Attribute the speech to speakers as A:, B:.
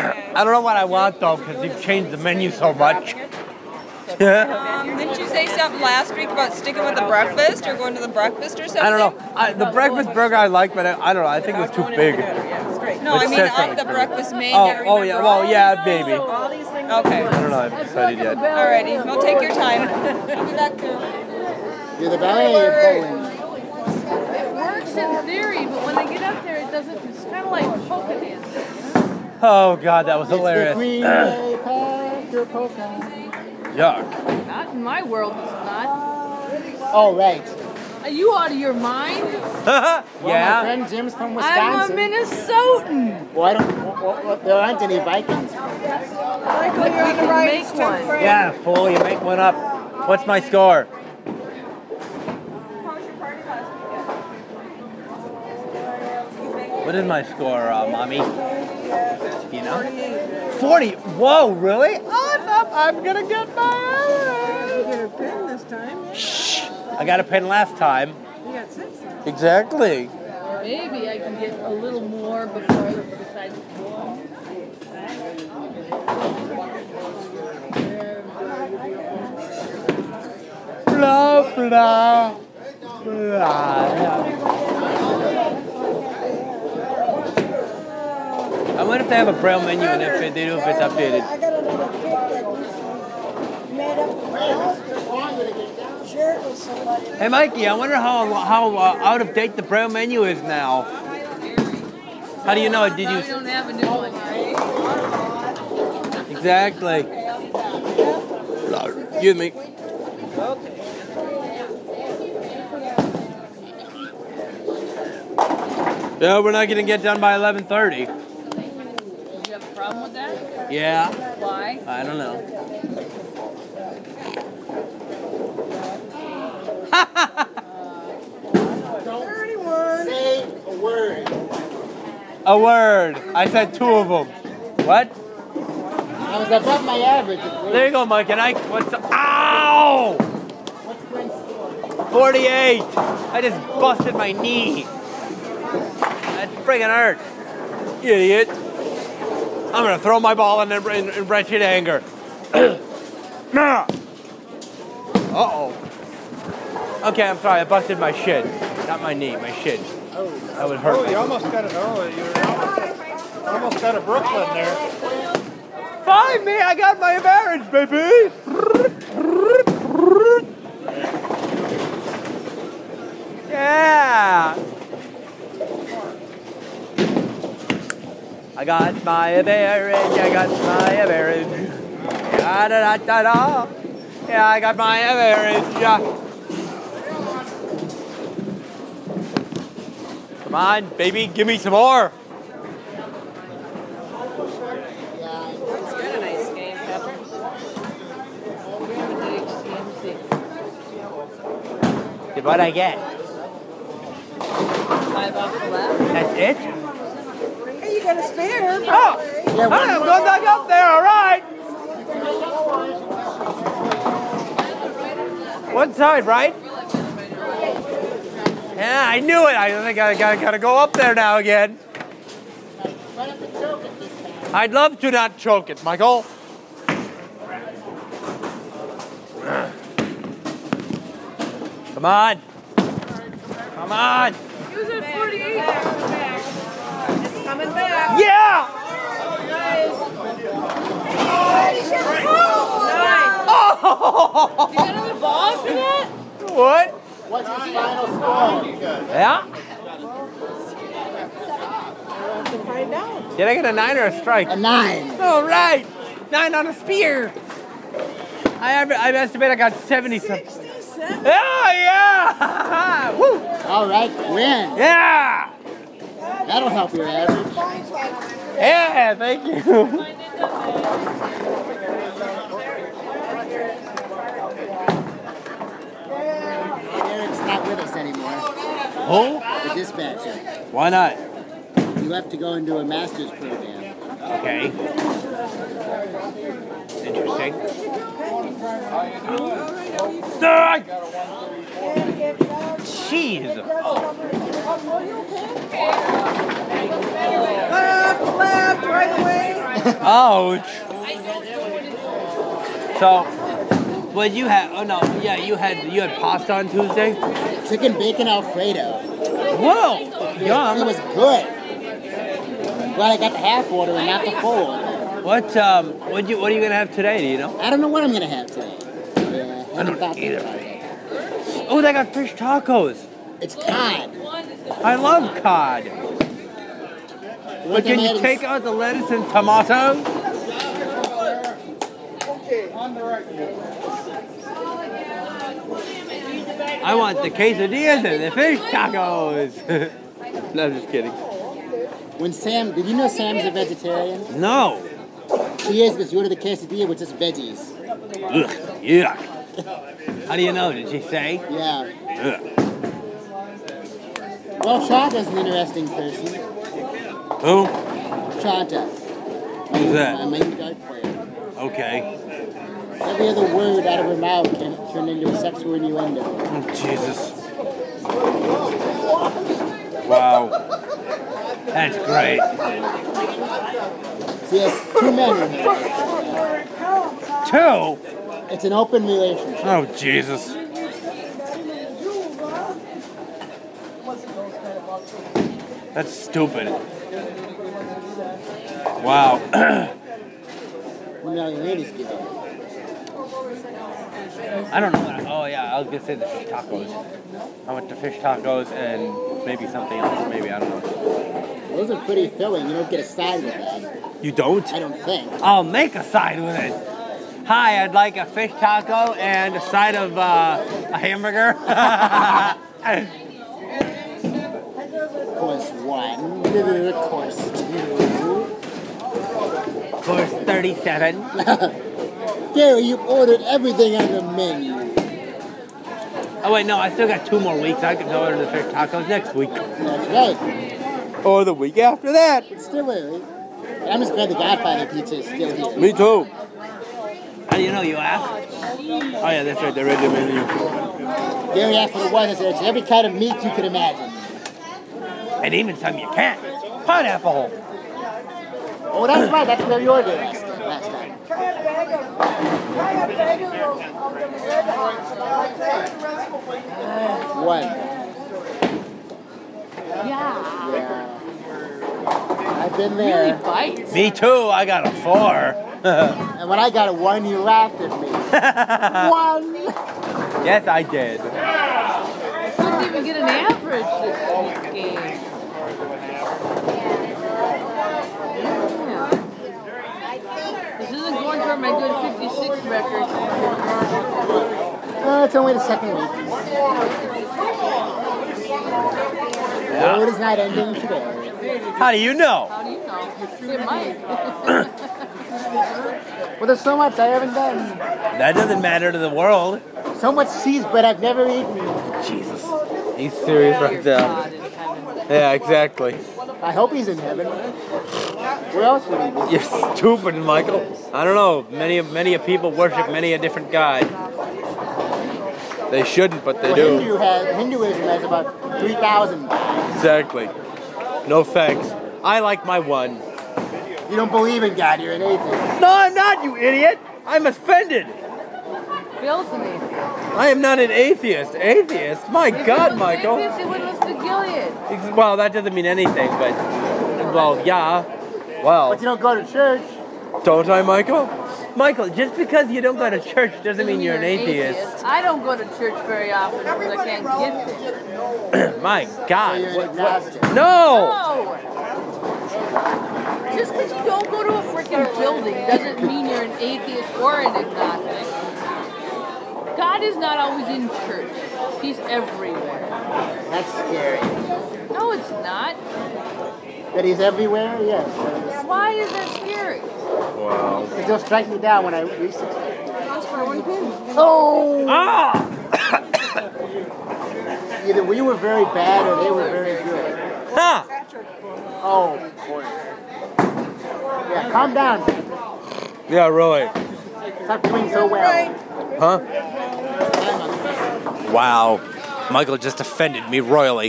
A: I don't know what I want though, because you've changed the menu so much. I
B: Um, didn't you say something last week about sticking with the breakfast or going to the breakfast or something?
A: don't know. I, the breakfast burger I like, but I, I don't know. I think it was too big.
B: No, I
A: It's
B: mean
A: different.
B: I'm the breakfast maid.
A: Oh, oh yeah. Well, yeah, maybe. I
C: All these things.
B: Okay.
A: don't know. I haven't decided yet.
B: Alrighty. Well, take your time. I'll be back soon.
D: You're the ballet of bowling.
E: It works in theory, but when they get up there, it doesn't. It's kind of like polka dancing.
A: Oh god, that was
D: It's the
A: hilarious.
D: Queen Mary Parker polka.
A: Yuck.
E: Not in my world, it's not.
D: Oh, right.
E: Are you out of your mind?
D: My
A: yeah.
D: friend Jim's
E: I'm
D: from
E: a
D: Wisconsin.
E: Minnesotan.
D: Why don't, well, well, there aren't any Vikings.
C: Like when you're on the right,
E: Make one.
A: Yeah, fool, you make one up. What's my score? What is my score, uh, mommy? You know? 40. Whoa, really? Awesome. I'm gonna get my hours.
C: Get a pin this time.
A: I got a pin last time.
C: You got six.
A: Exactly.
E: Maybe I can get a little more before I decide to go.
A: Blah, blah, blah. I wonder if they have a braille menu and if they do, if it's updated.
F: I got a little kid that usually made up a mouth, shared with somebody.
A: Hey Mikey, I wonder how how uh, out of date the braille menu is now. How do you know? Did
E: Probably
A: you
E: don't have a new one. right?
A: exactly? Excuse me. No, we're not gonna get done by 11:30.
E: Do you have a problem with that?
A: Yeah,
E: Why?
A: I don't know.
D: Say a word.
A: A word. I said two of them. What?
D: I was above my average. at least.
A: There you go, Mike. And I what's the, ow?
D: What's Quinn's score?
A: 48. I just busted my knee. That friggin' hurt. Idiot. I'm gonna throw my ball in, in, in wretched anger. nah. Uh oh. Okay, I'm sorry. I busted my shin. Not my knee, my shin. That would hurt.
G: Oh, you almost got it. Oh, you almost got a Brooklyn there.
A: Find me! I got my marriage, baby! Yeah! I got my marriage, I got my marriage. Da da da da da! Yeah, I got my marriage! Come on, baby, give me some more!
C: It's been a nice game, Pepper.
E: HCMC.
A: What'd I get?
E: Five off the left.
A: That's it?
C: Hey, you got a spare.
A: Oh,
D: Yeah,
A: I am going back up there, all right. One side, right? Yeah, I knew it. I think I gotta, gotta go up there now again. I'd love to not choke it, Michael. Come on. Come on.
E: He was at 48.
C: It's coming back.
A: Yeah!
C: Nine.
A: Oh!
E: You got another ball after that?
A: What?
D: What's his final score?
A: Yeah?
C: To find out.
A: Did I get a nine or a strike?
D: A nine.
A: All right, nine on a spear. I have, I estimate I got seventy something.
C: Sixty-seven.
A: Oh yeah! Woo!
D: All right, win.
A: Yeah!
D: That'll help your average.
A: Yeah! Thank you.
D: Eric's not with us anymore.
A: Oh?
D: The dispatcher.
A: Why not?
D: He left to go and do a master's program.
A: Okay. Interesting. Ah! Jeez!
C: Up.
F: left, right away.
A: Ouch. So, what you had? Oh no, yeah, you had you had pasta on Tuesday.
D: Chicken bacon alfredo.
A: Whoa,
D: It
A: yum.
D: was good. Glad I got the half order and not the full.
A: What um what you what are you gonna have today? Do you know?
D: I don't know what I'm gonna have today. Yeah, I
A: don't
D: haven't thought
A: either.
D: about it.
A: Oh, they got fish tacos.
D: It's cod.
A: I love cod. But can you take out the lettuce and tomato?
G: Okay, on the right.
A: I want the quesadillas and the fish tacos. no, I'm just kidding.
D: When Sam, did you know Sam's a vegetarian?
A: No.
D: She is because you ordered the quesadilla with just veggies.
A: Ugh, yuck. How do you know? Did she say?
D: Yeah.
A: Ugh.
D: Well, Chanta's an interesting person.
A: Who?
D: Shanta.
A: Who's
D: My
A: that?
D: main dart player.
A: Okay.
D: Every other word out of her mouth can turn into a sexual innuendo.
A: Oh, Jesus. Wow. That's great.
D: She has two men in her.
A: Two?
D: It's an open relationship.
A: Oh, Jesus. That's stupid. Wow.
D: When all the ladies give up.
A: I don't know. What I, oh, yeah, I was going to say the fish tacos. I went to fish tacos and maybe something else. Maybe, I don't know.
D: Those are pretty filling. You don't get a side with that.
A: You don't?
D: I don't think.
A: I'll make a side with it. Hi, I'd like a fish taco and a side of uh, a hamburger.
D: Course one. Course two.
A: Course 37.
D: Gary, you ordered everything on the menu.
A: Oh wait, no, I still got two more weeks. I can order the fish tacos next week.
D: That's right.
A: Or the week after that.
D: It's still early. But I'm just glad the Godfather pizza is still here.
A: Me too. How do you know you asked? Oh yeah, that's right. They read the menu.
D: Gary asked what it was. I said, it's every kind of meat you could imagine.
A: And even some you can't. Pineapple.
D: Oh, that's right. That's where you ordered last, last time.
F: Try a bag of, try a bag of those, of them red hots, and I'll tell you the rest of them.
D: One. Yeah. I've been
E: Really
D: there.
E: bites.
A: Me too. I got a four.
D: And when I got a one, you laughed at me. one.
A: yes, I did.
E: Couldn't even get an average this game. Yeah. This isn't going toward my good 56 record.
D: Well, Uh, it's only the second week. The road is not ending today.
A: How do you know?
E: How do you know? It might.
D: Well, there's so much I haven't done.
A: That doesn't matter to the world.
D: So much cheese bread I've never eaten.
A: Jesus. He's serious right there.
E: God in heaven.
A: Yeah, exactly.
D: I hope he's in heaven. Where else would he be?
A: You're stupid, Michael. I don't know. Many many a people worship many a different god. They shouldn't, but they do.
D: Well, Hindu has, Hinduism has about 3,000.
A: Exactly. No thanks. I like my one.
D: You don't believe in God, you're an atheist.
A: No, I'm not, you idiot. I'm offended.
E: Bill's an atheist.
A: I am not an atheist. Atheist? My
E: If he was
A: God,
E: an
A: Michael.
E: atheist, he wouldn't listen to Gilead.
A: Ex- Well, that doesn't mean anything, but well, yeah. Well,
D: But you don't go to church.
A: don't I, Michael? Michael, just because you don't go to church doesn't mean you're an atheist.
E: I don't go to church very often because I can't get there.
A: My
D: So
A: God.
D: you're an
A: What-
D: agnostic.
A: No.
E: No! Just because you don't go to a freaking building doesn't mean you're an atheist or an agnostic. God is not always in church. He's everywhere.
D: That's scary.
E: No, it's not.
D: That he's everywhere? Yes.
E: Why is that scary?
D: It just strike me down when I reach Oh!
A: Ah.
D: Either we were very bad or they were very good.
A: Huh.
D: Oh, of course. Yeah, calm down.
A: Yeah, really.
D: Stop doing so well.
A: Huh? Wow. Michael just offended me royally.